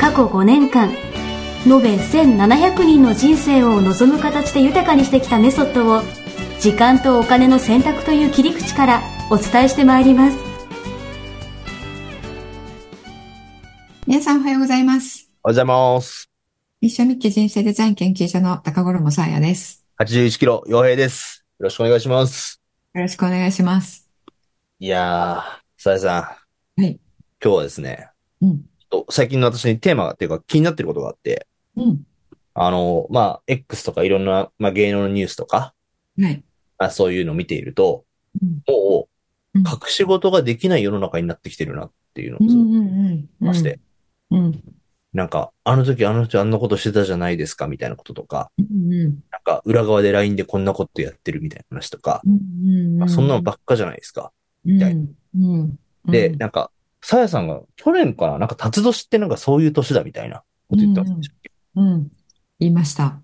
過去5年間延べ1700人の人生を望む形で豊かにしてきたメソッドを時間とお金の選択という切り口からお伝えしてまいります皆さんおはようございます。おはようございます。ミッションミッキー人生デザイン研究所の高頃もさあやです。 81キロ、洋平です。よろしくお願いします。よろしくお願いします。いやー、さやさん。はい今日はですね、うん。ちょっと最近の私にテーマが、っていうか気になってることがあって、うん。あの、まあ、X とかいろんな、まあ、芸能のニュースとか、はい。まあ、そういうのを見ていると、うんうもう、ん隠し事ができない世の中になってきてるなっていうのをうんずっとうんうん。まして、うん。うんなんか、あの時あの時あんなことしてたじゃないですか、みたいなこととか、うんうんなんか、裏側で LINE でこんなことやってるみたいな話とか、うんまうあ、ん。そんなのばっかじゃないですか。みたいうんうん。で、うんなんか、さやさんが去年かな、なんか、辰年ってなんかそういう年だみたいなこと言ったんですよ。うん。言いました。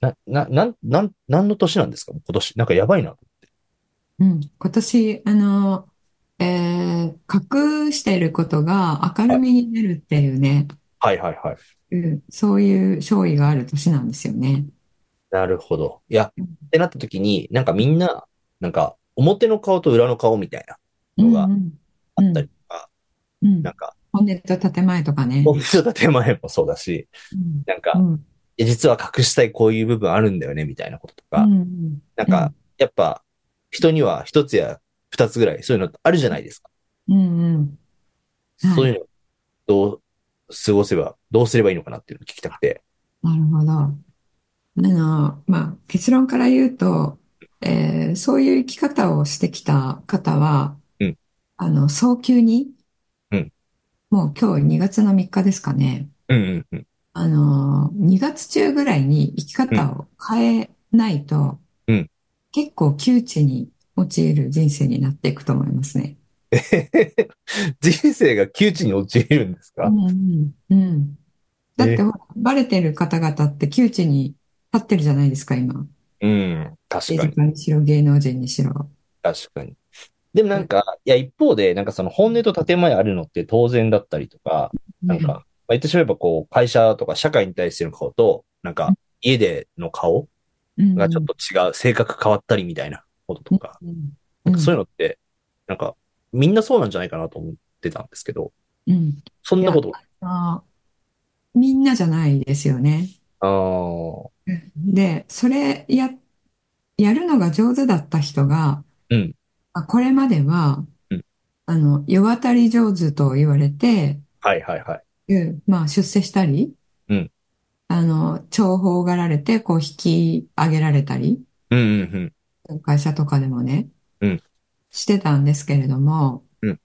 な、な、なん、なん、なんの年なんですか今年。なんかやばいな。うん。今年、あの、えー、隠していることが明るみになるっていうね、はいはいはい。うん、そういう勝利がある年なんですよね。なるほど。いや、うんってなった時に、なんかみんな、なんか、表の顔と裏の顔みたいなのがうんうんあったりとか、うんなんか、本音と建前とかね。お店の手前もそうだし、うんなんか、うんいや実は隠したいこういう部分あるんだよね、みたいなこととか、うんなんか、やっぱ、人には一つや二つぐらい、そういうのあるじゃないですか。うんうん。はいそういうの、どう過ごせば、どうすればいいのかなっていうのを聞きたくて。なるほど。あの、まあ、結論から言うと、えーそういう生き方をしてきた方はうん、あの、早急にうん、もう今日2月の3日ですかね。うんうんうん。あの、2月中ぐらいに生き方を変えないとうん、結構窮地に陥る人生になっていくと思いますね。 人生が窮地に陥るんですか、うんうんうん。だってえほら、バレてる方々って窮地に立ってるじゃないですか、今。うん、確か政治、家ににしろ、芸能人にしろ。確かに。でもなんか、いや、一方で、なんかその本音と建前あるのって当然だったりとか、なんか、まあ、言ってしまえばこう、会社とか社会に対しての顔と、なんうか、家での顔うん、がちょっと違う、性格変わったりみたいなこととか、うん、なんかそうういうのって、なんか、みんなそうなんじゃないかなと思ってたんですけど、んうんそんなこと、あーみんなじゃないですよね。あーで、それや、やるのが上手だった人が、うんまあこれまではうん、あの、世渡り上手と言われて、はいはいはい。うんまあ、出世したり、うんあの、重宝がられて、こう、引き上げられたり、うんうんうん。会社とかでもね、うんしてたんですけれどもうん、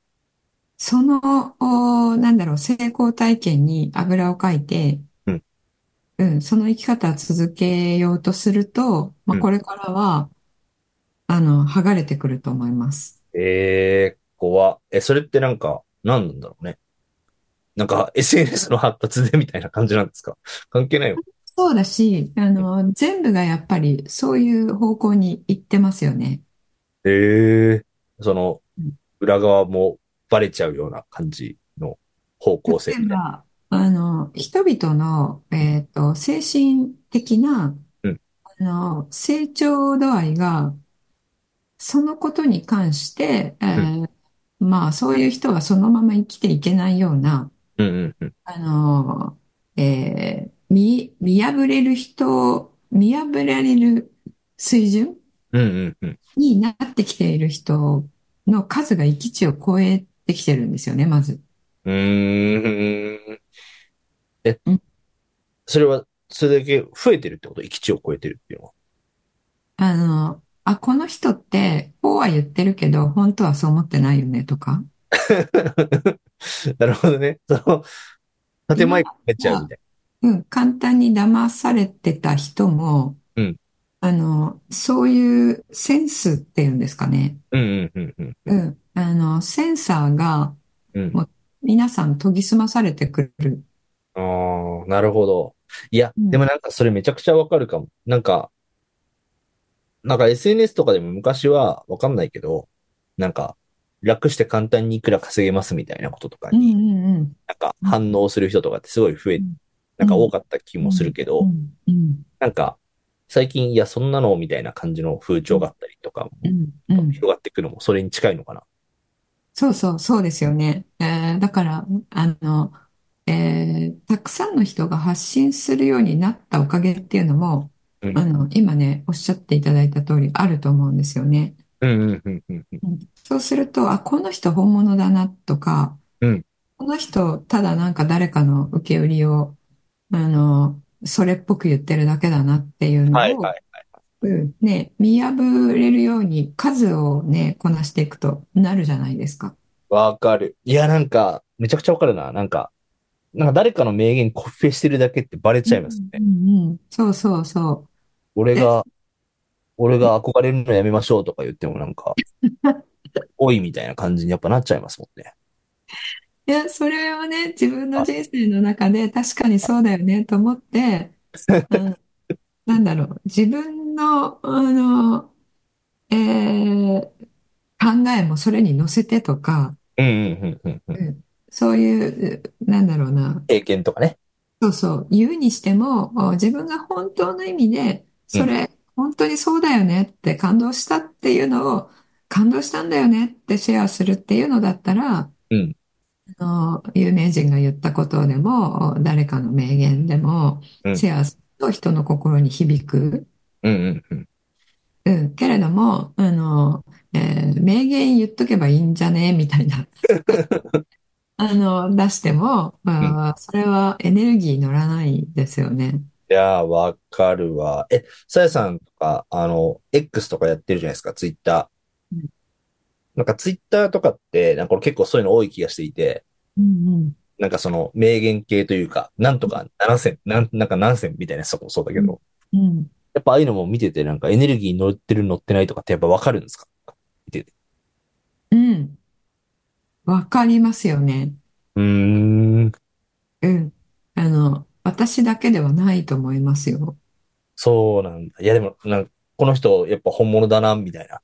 その、おなんだろう、成功体験にあぐらをかいてうん、うん、その生き方を続けようとすると、まあ、うんこれからは、あの、剥がれてくると思います。ええ怖え、それってなんか、何なんだろうね。なんか、SNS の発達でみたいな感じなんですか関係ないよ。そうだし、あの、全部がやっぱりそういう方向に行ってますよね。ええその、裏側もバレちゃうような感じの方向性例えみたいな。ば、あの、人々の、えっと、精神的なうん、あの、成長度合いが、そのことに関して、えーまあ、そういう人はそのまま生きていけないような、うんうんうん。あの、えー見、見破れる人、見破られる水準うんうんうん。になってきている人の数が域値を超えてきてるんですよね、まず。うーん。えうん、それは、それだけ増えてるってこと域地を超えてるっていうのは。 あの、あ、この人って、こうは言ってるけど、本当はそう思ってないよね、とか。なるほどね。その、建前考えちゃうみたいうん、簡単に騙されてた人もうん、あの、そういうセンスっていうんですかね。な。うんうんうんうん。うん。あの、センサーがうん。皆さん研ぎ澄まされてくる。ああ、なるほど。いや、うんでもなんかそれめちゃくちゃわかるかも。なんか、なんか SNS とかでも昔はわかんないけど、なんか、楽して簡単にいくら稼げますみたいなこととかうんに、うんうん。なんか反応する人とかってすごい増えうん、なんか多かった気もするけうど、んうんなんか、最近、いや、そんなのみたいな感じの風潮があったりとかも、うんうん。広がっていくのもそれに近いのかな。そうそう、そうですよね。えーだから、あの、えーたくさんの人が発信するようになったおかげっていうのも、うんあの、今ね、おっしゃっていただいた通りあると思うんですよね。うんうんうんうんうん。そうすると、あ、この人本物だなとかうん、この人、ただなんか誰かの受け売りを、あの、それっぽく言ってるだけだなっていうのはいを、はい。うんね、見破れるように数をね、こなしていくとなるじゃないですか。わかる。いや、なんか、めちゃくちゃわかるな。なんか、なんか誰かの名言コピペしてるだけってバレちゃいますね。うんうんうんそうそうそ俺が、俺が憧れるのやめましょうとか言ってもなん か、おいみたいな感じにやっぱなっちゃいますもんね。う。いや、それをね、自分の人生の中で確かにそうだよねと思 って、うんなんだろう、自分の、あの、えー考えもそれに乗せてとか、うんうんうんうんうん。そういう、なんだろうな、経験とかね。そうそう、言うにしても、お自分が本当の意味で、それ、本当にそうだよねって感動したっていうのを、感動したんだよねってシェアするっていうのだったら、うんあの、有名人が言ったことでも、誰かの名言でも、うんシェアすると人の心に響く。うんうんうん。うん、けれども、あの、えー名言言っとけばいいんじゃねみたい な。あの、出しても、あーそれはエネルギー乗らないですよね。いやー、わかるわ。え、さやさんとか、あの、X とかやってるじゃないですか、ツイッタうーん。なんかツイッターとかって、なんか俺結構そういうの多い気がしていて、うんなんかその名言系というか、なんとか7000、なん、なんか何千みたいなやつとかもそうだけど、うん。うん。やっぱああいうのも見ててなんかエネルギー乗ってる乗ってないとかってやっぱわかるんですか見てて。うん。わかりますよね。うーん。うん。あの、私だけではないと思いますよ。そうなんだ。いやでも、なんかこの人やっぱ本物だな、みたいな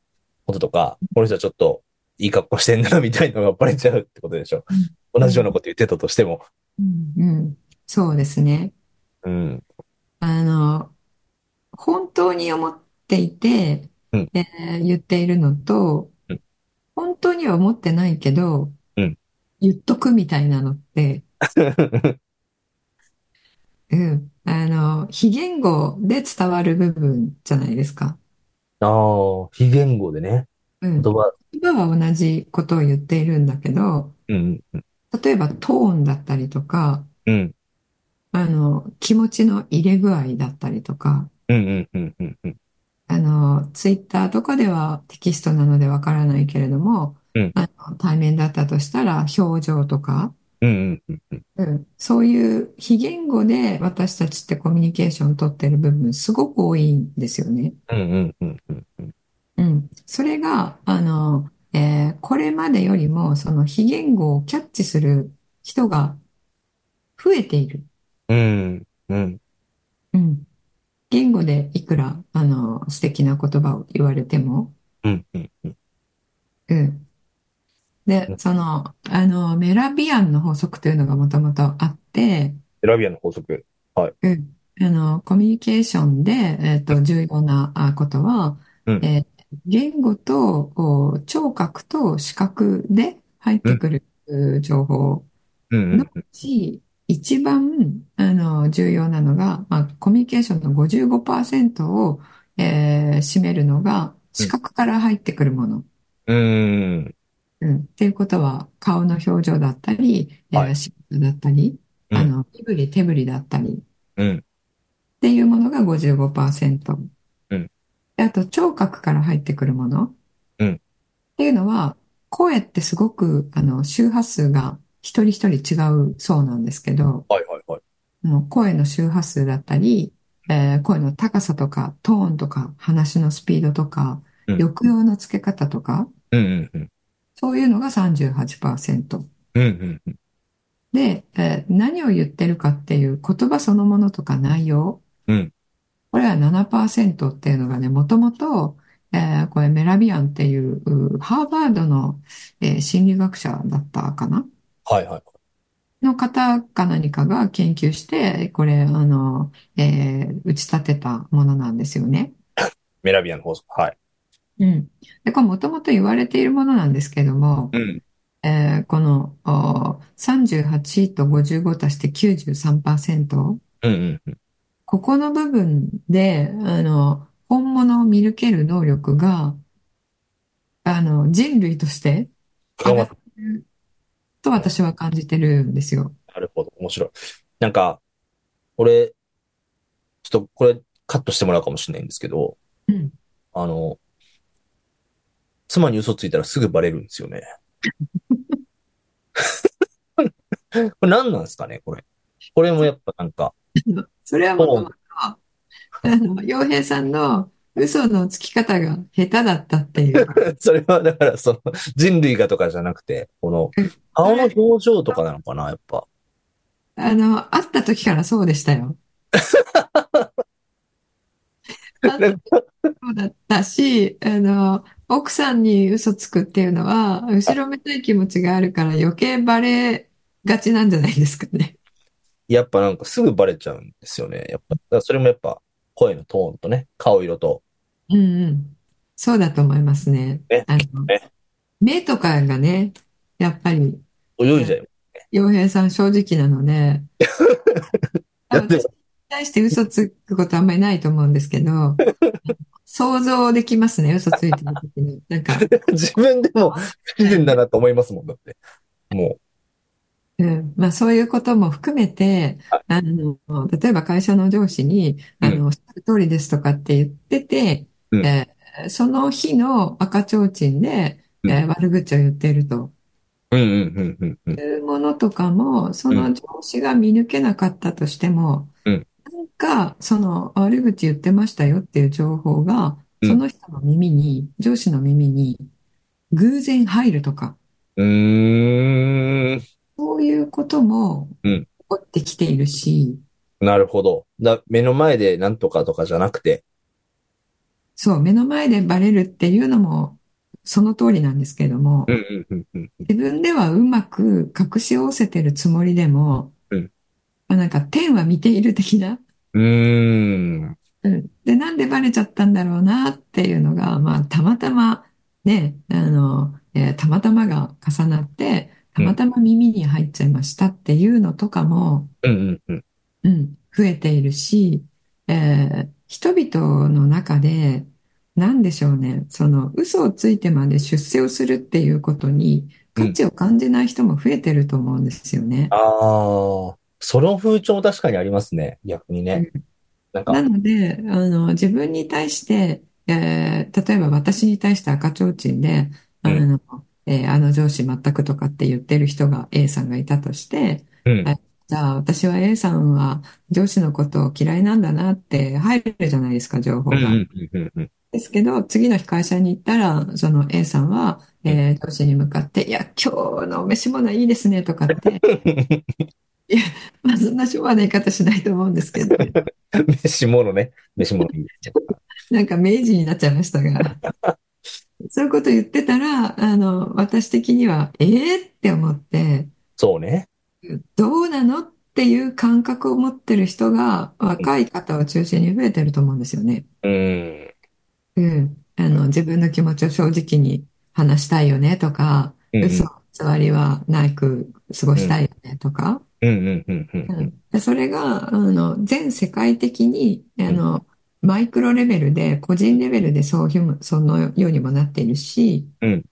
こととか、この人はちょっといい格好してんな、みたいなのがバレちゃうってことでしょ。同じようなこと言ってたとしても。うん。うん。そうですね。うん。あの、本当に思っていて、うんえー言っているのとうん、本当には思ってないけどうん、言っとくみたいなのって、うん。あの、非言語で伝わる部分じゃないですか。 ああ、非言語でね、うん言。葉、言葉は同じことを言っているんだけど、うん、例えばトーンだったりとか、うん、あの、気持ちの入れ具合だったりとか、うん、うん、うん、うん、うん、あの、ツイッターとかではテキストなのでわからないけれどもうん、あの、対面だったとしたら表情とか、うん、うん、うん。うん、そういう非言語で私たちってコミュニケーション取ってる部分すごく多いんですよね。うん、うん、うん、うん、うん。うん。それが、あの、えーこれまでよりもその非言語をキャッチする人が増えている。うん、うん。うん。言語でいくら、あの、素敵な言葉を言われても、うん、うん、うん。うん。で、その、あの、メラビアンの法則というのがもともとあって、エラビアの法則。うん。あの、コミュニケーションで、えっと、重要なあことは、うんえー言語と、お聴覚と視覚で入ってくるう情報うんうんし、一番、あの、重要なのが、まあ、コミュニケーションの55%を、えー占めるのが、視覚から入ってくるもの。うん。うん。うん。っていうことは、顔の表情だったり、えはいー、仕草だったり、うんあの、身振り手振りだったり、うん。っていうものが55%。うんであと、聴覚から入ってくるもの。うんっていうのは、声ってすごく、あの、周波数が一人一人違うそうなんですけど、はいはいはい。もう声の周波数だったり、えー声の高さとか、トーンとか、話のスピードとか、うん抑揚のつけ方とか、うんうんうん。そういうのが38%。うんうんうん。で、えー何を言ってるかっていう言葉そのものとか内容。うんこれは7%っていうのがね、もともと、えーこれメラビアンっていう、うハーバードの、えー心理学者だったかなはいはいはい。の方か何かが研究して、これ、あの、えー打ち立てたものなんですよね。メラビアンの法則。はい。うん。で、これもともと言われているものなんですけども、うん。えーこの、お38と55足して93%。うんうんうん。ここの部分で、あの、本物を見抜ける能力が、あの、人類として深まっ上がってると私は感じてるんですよ。なるほど。面白い。なんか、俺、ちょっとこれカットしてもらうかもしれないんですけど、うん。あの、妻に嘘ついたらすぐバレるんですよね。これ何なんですかね、これ。これもやっぱなんか、それはもともと、あの、洋平さんの嘘のつき方が下手だったっていう。 それはだからその人類がとかじゃなくて、この顔の表情とかなのかな、やっぱ。あの、会った時からそうでした よ。会った時からそうだったし、あの、奥さんに嘘つくっていうのは、後ろめたい気持ちがあるから余計バレがちなんじゃないですかね。やっぱなんかすぐバレちゃうんですよね。やっぱ、だからそれもやっぱ声のトーンとね、顔色と。うんうん。そうだと思いますね。ねあのね、目とかがね、やっぱり、泳いじゃいます。洋平さん正直なので、 やでも私に対して嘘つくことあんまりないと思うんですけど、想像できますね、嘘ついてる時に。なんか、 自分でも不自然だなと思いますもん、だって。もうん、まあそういうことも含めて、あの、例えば会社の上司に、うんあの、おっしゃる通りですとかって言ってて、うんえーその日の赤ちょうちんで、うんえー悪口を言っているとう。うんうんうんうんうん。いうものとかも、その上司が見抜けなかったとしても、うんなんか、その悪口言ってましたよっていう情報が、うんその人の耳に、上司の耳に、偶然入るとか、うーん。そういうこともうん起こってきているし、なるほど。だ、目の前でなんとかとかじゃなくて。そう、目の前でバレるっていうのも、その通りなんですけれども、うんうんうんうん。自分ではうまく隠し合わせてるつもりでも、うんまあなんか天は見ている的な、うーん。うんで、なんでバレちゃったんだろうなっていうのが、まあ、たまたま、ね、あの、えーたまたまが重なって、たまたま耳に入っちゃいましたっていうのとかも、うんうんうん。うん、増えているし、えー人々の中で、なんでしょうね、その嘘をついてまで出世をするっていうことに価値を感じない人も増えてると思うんですよね。ああ、その風潮確かにありますね。逆にね。なんか、なので、あの、自分に対して、えー例えば私に対して赤ちょうちんで、あうんの、えーあの上司全くとかって言ってる人が A さんがいたとして、うん。はいじゃあ私は A さんは上司のことを嫌いなんだなって入るじゃないですか、情報うんうが。んうんうんうん。 ですけど、次の日会社に行ったら、その A さんは、えー上司に向かって、いや、今日のお召し物いいですねとかって、 まあそんな昭和な言い方しないと思うんですけど、飯物ね。飯物いい。なんか明治になっちゃいましたが、そういうこと言ってたら、あの、私的には、えーって思って、そうね。どうなのっていう感覚を持ってる人が、若い方を中心に増えてると思うんですよね。うん。うん。あの、自分の気持ちを正直に話したいよねとか、うんうん嘘偽りはなく過ごしたいよねとか、うんうんうんうんうん。でそれが、あの、全世界的に、あの、マイクロレベルで、個人レベルでそういう、そのようにもなっているしうん、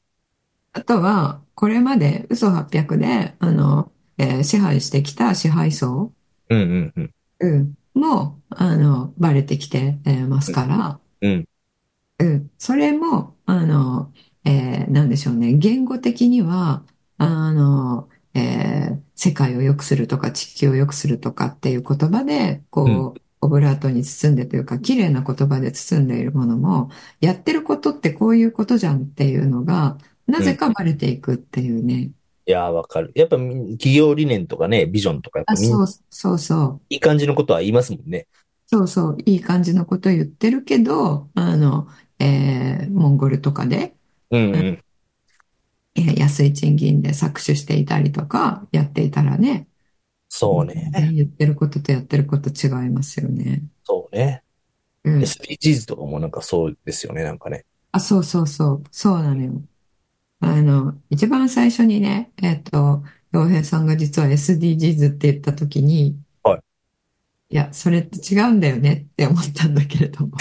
あとは、これまで嘘800で、あの、えー支配してきた支配層、うんうんううん。ん、も、あの、バレてきて、えーますから、うん。うん、それも、あの、えーなんでしょうね、言語的には、あの、え世界を良くするとか地球を良くするとかっていう言葉で、こう、オブラートに包んでというか、綺麗な言葉で包んでいるものも、やってることってこういうことじゃんっていうのが、なぜかバレていくっていうね。いやー、わかる。やっぱみ企業理念とかね、ビジョンとか、やっぱあ、みんそなう、そうそう。いい感じのことは言いますもんね。そうそう。いい感じのこと言ってるけど、あの、えーモンゴルとかで、うんうん。えー安い賃金で搾取していたりとか、やっていたらね、そうね。言ってることとやってること違いますよね。そうね。うん。 SDGs とかもなんかそうですよね、なんかね。 あ、そうそうそう。そうなのよ。あの、一番最初にね、えっと、洋平さんが実は SDGs って言った時に、。はいや、それって違うんだよねって思ったんだけれども。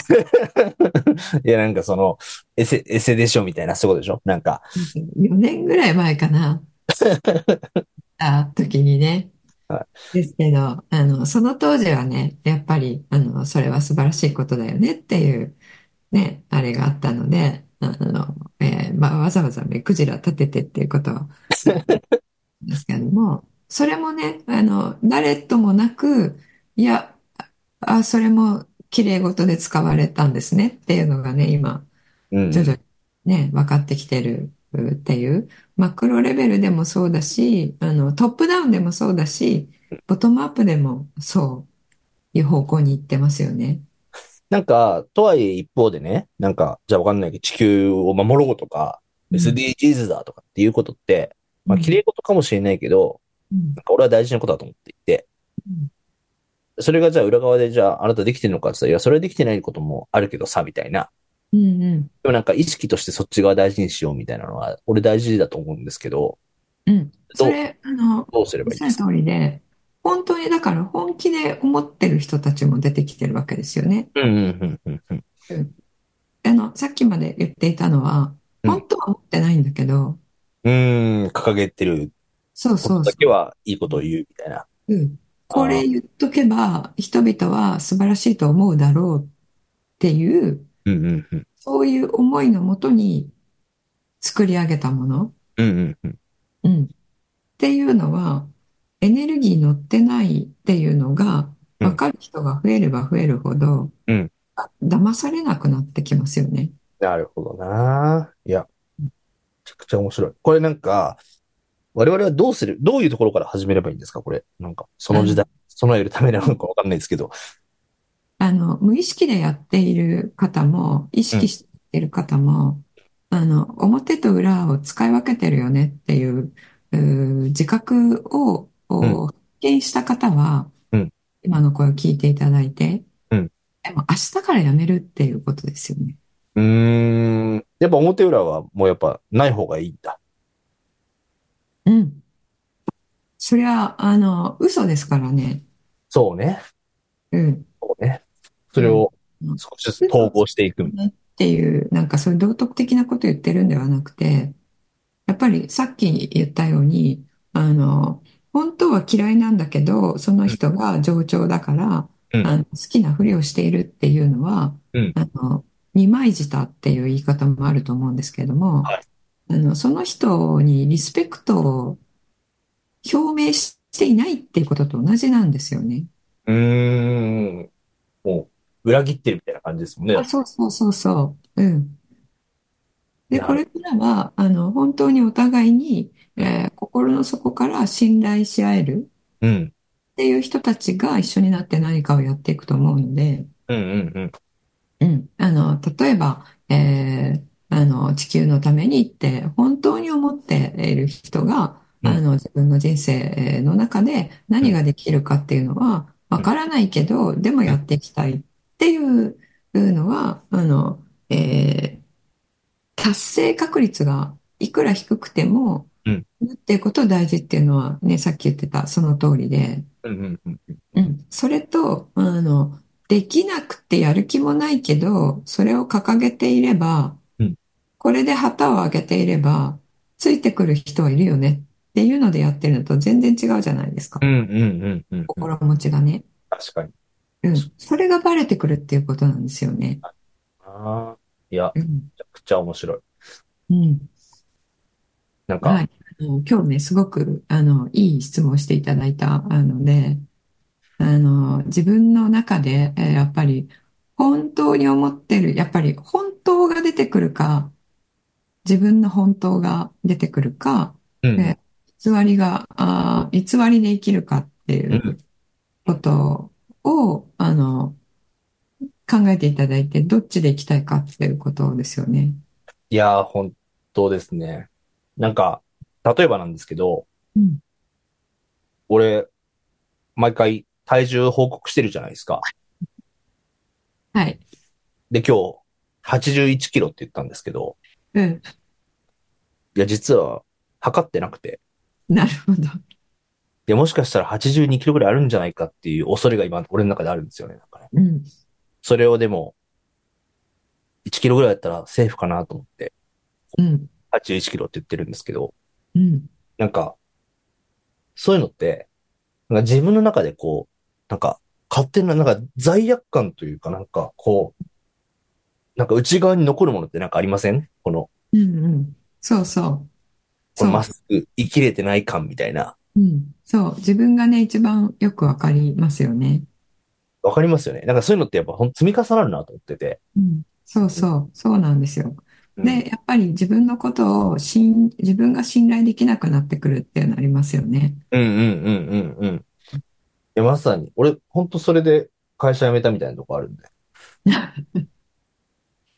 いや、なんかその、エセ、エセでしょみたいな、そういうことでしょなんか、 4年ぐらい前かな。あ、時にねは。ですけど、あの、その当時はね、やっぱり、あの、それは素晴らしいことだよねっていう、ね、あれがあったので、あの、えーまあ、わざわざ目くじら立ててっていうことは、ですけども、それもね、あの、誰ともなく、いや、あ、それも綺麗事で使われたんですねっていうのがね、今、うん。徐々にね、分かってきてるっていう、マクロレベルでもそうだし、あの、トップダウンでもそうだし、ボトムアップでもそういう方向に行ってますよね。なんか、とはいえ一方でね、なんか、じゃあわかんないけど、地球を守ろうとか、SDGs だとかっていうことって、まあ、綺麗事かもしれないけど、うんなんか俺は大事なことだと思っていてうん、それがじゃあ裏側で、じゃああなたできてるのかって言ったら、いや、それはできてないこともあるけどさ、みたいな。うんうんでもなんか意識としてそっち側大事にしようみたいなのは、俺大事だと思うんですけど、うん。そどう、れ、あの、どうすれおっばいいしゃでるす通かりで、本当にだから本気で思ってる人たちも出てきてるわけですよね。うんうんうんうんうん。あの、さっきまで言っていたのは、うん本当は思ってないんだけど、うーん、掲げてるそうこそとうだそけはいいことを言うみたいな。う。うんこれ言っとけば、人々は素晴らしいと思うだろうっていう、うんうんうん。そういう思いのもとに作り上げたもの、うんうんうん。うん、っていうのは、エネルギー乗ってないっていうのが、うんわかる人が増えれば増えるほど、うんあ騙されなくなってきますよね。なるほどな。いや、めちゃくちゃ面白い。これなんか、我々はどうする、どういうところから始めればいいんですかこれ。なんか、その時代、備えるためなのかわかんないですけど。あの、無意識でやっている方も、意識している方も、あの、表と裏を使い分けてるよねっていう、うー自覚を、ん発見した方はうん、今の声を聞いていただいて、うんでも明日からやめるっていうことですよね。うーん。やっぱ表裏はもうやっぱない方がいいんだ。うん。そりゃ、あの、嘘ですからね。そうね。うん。そうね。それをうん少しずつ統合していく。っていう、なんかそういう道徳的なこと言ってるんではなくて、やっぱりさっき言ったように、あの、本当は嫌いなんだけど、その人が冗長だから、うんあの、好きなふりをしているっていうのはうん、あの、二枚舌っていう言い方もあると思うんですけれども、はあの、その人にリスペクトを表明していないっていうことと同じなんですよね。うーん。もう、裏切ってるみたいな感じですもんねあ、。そうそうそうそう。うん。で、これからは、あの、本当にお互いに、えー心の底から信頼し合えるうん。っていう人たちが一緒になって何かをやっていくと思うので、うんうんうん。うん。あの、例えば、えーあの、地球のためにって本当に思っている人が、うんあの、自分の人生の中で何ができるかっていうのは、わからないけど、でもやっていきたいっていうのは、あの、えー達成確率がいくら低くても、うんっていうこと大事っていうのはね、さっき言ってたその通りで、うんうんうん。うん。それと、あの、できなくてやる気もないけど、それを掲げていればうん、これで旗を上げていれば、ついてくる人はいるよねっていうのでやってるのと全然違うじゃないですかう。んうんうんうんうん。心持ちがね。確かに。うん。それがバレてくるっていうことなんですよね。ああ。いや、めうん。ちゃくちゃ面白い。うん。なんか、はい。の今日ね、すごく、あの、いい質問をしていただいたあので、あの、自分の中で、えーやっぱり、本当に思ってる、やっぱり、本当が出てくるか、自分の本当が出てくるか、うん。ね偽りが、あー偽りで生きるかっていううことを、あの、考えていただいて、どっちで生きたいかっていうことですよね。いやー、本当ですね。なんか、例えばなんですけど、うん俺、毎回体重報告してるじゃないですか。はい。で、今日、81キロって言ったんですけど、うん。いや、実は、測ってなくて、なるほど。いや、もしかしたら82キロぐらいあるんじゃないかっていう恐れが今、俺の中であるんですよね。なんかね。うん。それをでも、1キロぐらいだったらセーフかなと思って、うん。 81キロって言ってるんですけど、うん。なんか、そういうのって、なんか自分の中でこう、なんか、勝手な、なんか罪悪感というかなんか、こう、なんか内側に残るものってなんかありませんこの、うん。うん。そうそう。このそうまっすぐ生きれてない感みたいな。うん。そう。自分がね、一番よくわかりますよね。わかりますよね。なんかそういうのってやっぱほん積み重なるなと思ってて。うん。そうそう。そうなんですよ。うんで、やっぱり自分のことを信、自分が信頼できなくなってくるっていうのありますよね。うんうんうんうんうん。いや、まさに、俺、ほんとそれで会社辞めたみたいなとこある んで。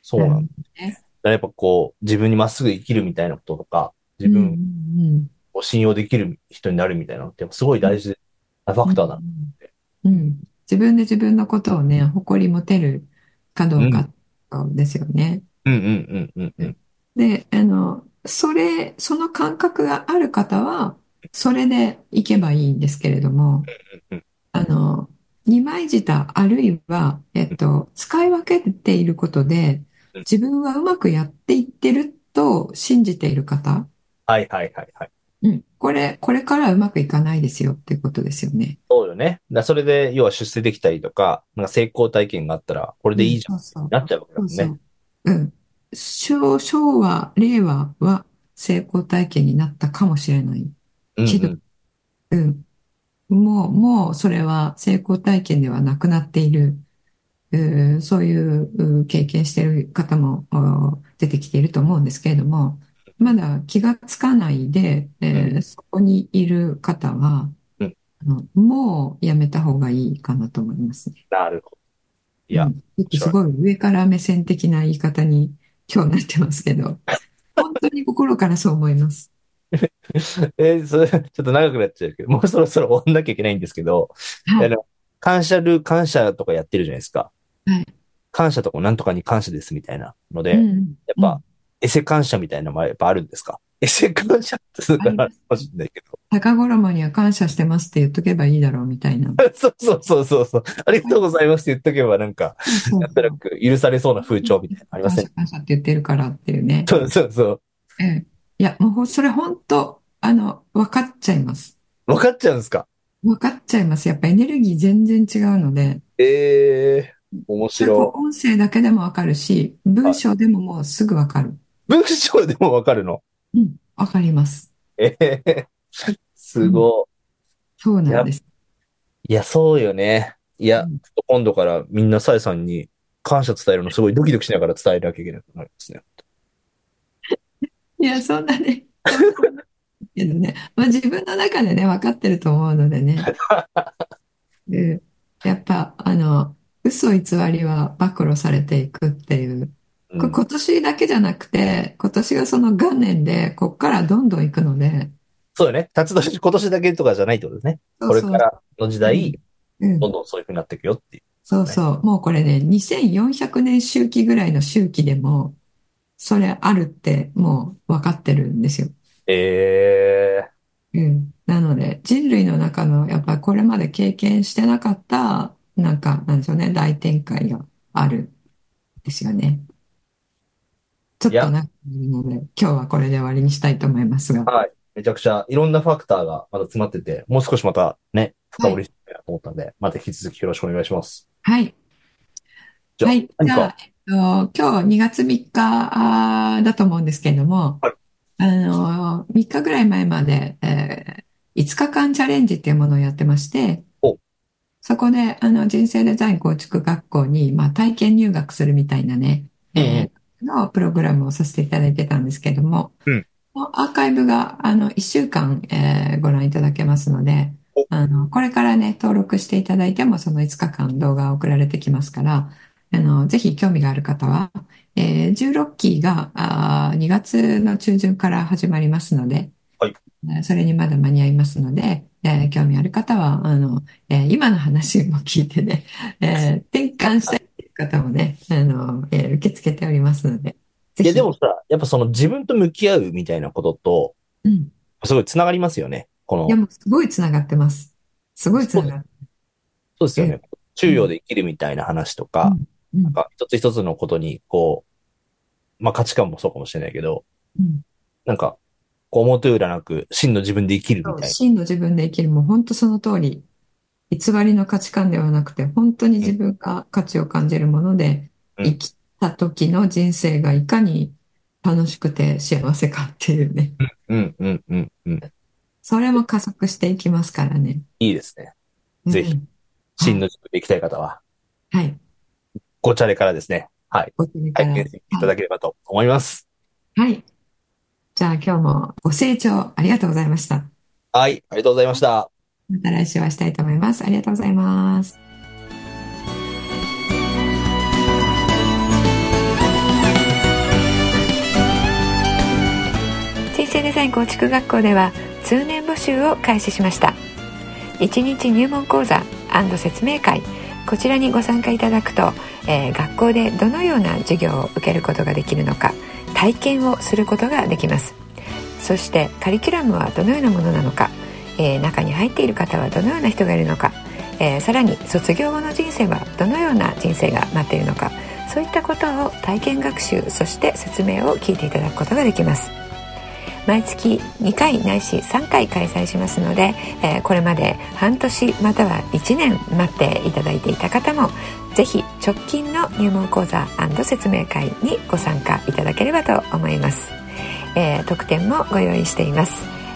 そうなるほなんだ。どねだからやっぱこう、自分にまっすぐ生きるみたいなこととか、自う分んうんうん。を信用できる人になるみたいなのって、すごい大事なファクターだうな。ん。自分で自分のことをね、誇り持てるかどうかですよね。うんうんうんうんうん。で、あの、それ、その感覚がある方は、それでいけばいいんですけれどもうんうん、あの、二枚舌あるいは、えっと、使い分けていることで、うん自分はうまくやっていってると信じている方、はいはいはいはい。うん、これ、これからうまくいかないですよっていうことですよね。そうよね。だからそれで、要は出世できたりとか、なんか成功体験があったら、これでいいじゃん。うんそうそうなっちゃうわけそだもうんそね。う。うん。昭、昭和、令和は成功体験になったかもしれない。うんひどうん。うん。もう、もうそれは成功体験ではなくなっている。うんそういううん経験している方もうん出てきていると思うんですけれども、まだ気がつかないで、えーそこにいる方は、うんあのもうやめた方がいいかなと思いますね。なるほど。いやうん、ちょっとすごい上から目線的な言い方に今日なってますけど、本当に心からそう思います。 えーそれ、ちょっと長くなっちゃうけど、もうそろそろ終わんなきゃいけないんですけど、はいあの感謝ル、感謝とかやってるじゃないですか。はい感謝とかなんとかに感謝ですみたいなので、うやっん、ぱ、エセ感謝みたいなのもやっぱあるんです かエセ感謝ってするからかもしれないけど。高衣には感謝してますって言っとけばいいだろうみた いな。そうそうそうそうそう。ありがとうございますって言っとけばなんか、なんとなく許されそうな風潮みたいなのありま感せん謝感謝って言ってるからっていうね。そうそうそう。ええいや、もうほそれ本当、あの、分かっちゃいます。分かっちゃうんですか分かっちゃいます。やっぱエネルギー全然違うので、ええ面白音声だけでも分かるし、文章でももうすぐ分かる。い。文章でも分かるの。うん、分かります。ええすごそうなんです。い。いや、そうよね。いや、うんちょっと今度からみんなさえさんに感謝伝えるのすごいドキドキしながら伝えなきゃいけなくなりますね。いや、そんなね。 けどね、まあ、自分の中でね、分かってると思うので ね。うんやっぱ、あの、嘘偽りは暴露されていくっていう。うんこ今年だけじゃなくて、今年がその元年で、こっからどんどん行くので、そうよね。辰年、今年だけとかじゃないってことですね。そうこれそうからの時代、うんどんどんそういう風になっていくよっていう。そうそう。もうこれね、2400年周期ぐらいの周期でも、それあるってもう分かってるんですよ。ええうん。なので、人類の中の、やっぱりこれまで経験してなかった、なんか、なんでしょうね、大展開があるんですよね。ちょっいやとなんかあるので、今日はこれで終わりにしたいと思いますが。はいめちゃくちゃいろんなファクターがまだ詰まってて、もう少しまたね、深掘りしていきたいなと思ったんで、また引き続きよろしくお願いします。はい。じゃあはい。じ何かゃあ、えっと、今日2月3日あーだと思うんですけれどもはい、あの、3日ぐらい前まで、えー5日間チャレンジっていうものをやってましてお、そこで、あの、人生デザイン構築学校に、まあ、体験入学するみたいなね、うんえーのプログラムをさせていただいてたんですけども、うんこのアーカイブが、あの、1週間、えーご覧いただけますのでお、あの、これからね、登録していただいても、その5日間動画が送られてきますから、あの、ぜひ興味がある方は、えー、16期が、あ2月の中旬から始まりますので、はいえーそれにまだ間に合いますので、えー興味ある方は、あの、えー今の話も聞いてね、えー転換したいっていう方もね、あの、えー受け付けておりますので、ぜいや、ひでもさ、やっぱその自分と向き合うみたいなことと、うん、すごい繋がりますよね。このいや、、もうすごいつながってます。すごいつながってそうですよね。中央で生きるみたいな話とか、うんなんか一つ一つのことに、こう、まあ価値観もそうかもしれないけど、うんなんか、こう思うとよりはなく、真の自分で生きるみたいな。真の自分で生きる、もう本当その通り、偽りの価値観ではなくて、本当に自分が価値を感じるもので、うん生きた時の人生がいかに楽しくて幸せかっていうね、うん、うん、うん、うん。それも加速していきますからね。いいですね。うんぜひ。真の自分で生きたい方は、はい。ごチャレからですね。はい。ご注意か体ら。験していただければと思います。はい。じゃあ今日もご清聴ありがとうございました。はい。ありがとうございました。また来週はしたいと思います。ありがとうございます。人生デザイン構築学校では通年募集を開始しました1日入門講座説明会こちらにご参加いただくと、えー学校でどのような授業を受けることができるのか体験をすることができますそしてカリキュラムはどのようなものなのか、えー中に入っている方はどのような人がいるのか、えーさらに卒業後の人生はどのような人生が待っているのかそういったことを体験学習そして説明を聞いていただくことができます毎月2回ないし3回開催しますので、えーこれまで半年または1年待っていただいていた方もぜひ直近の入門講座説明会にご参加いただければと思います、えー特典もご用意しています、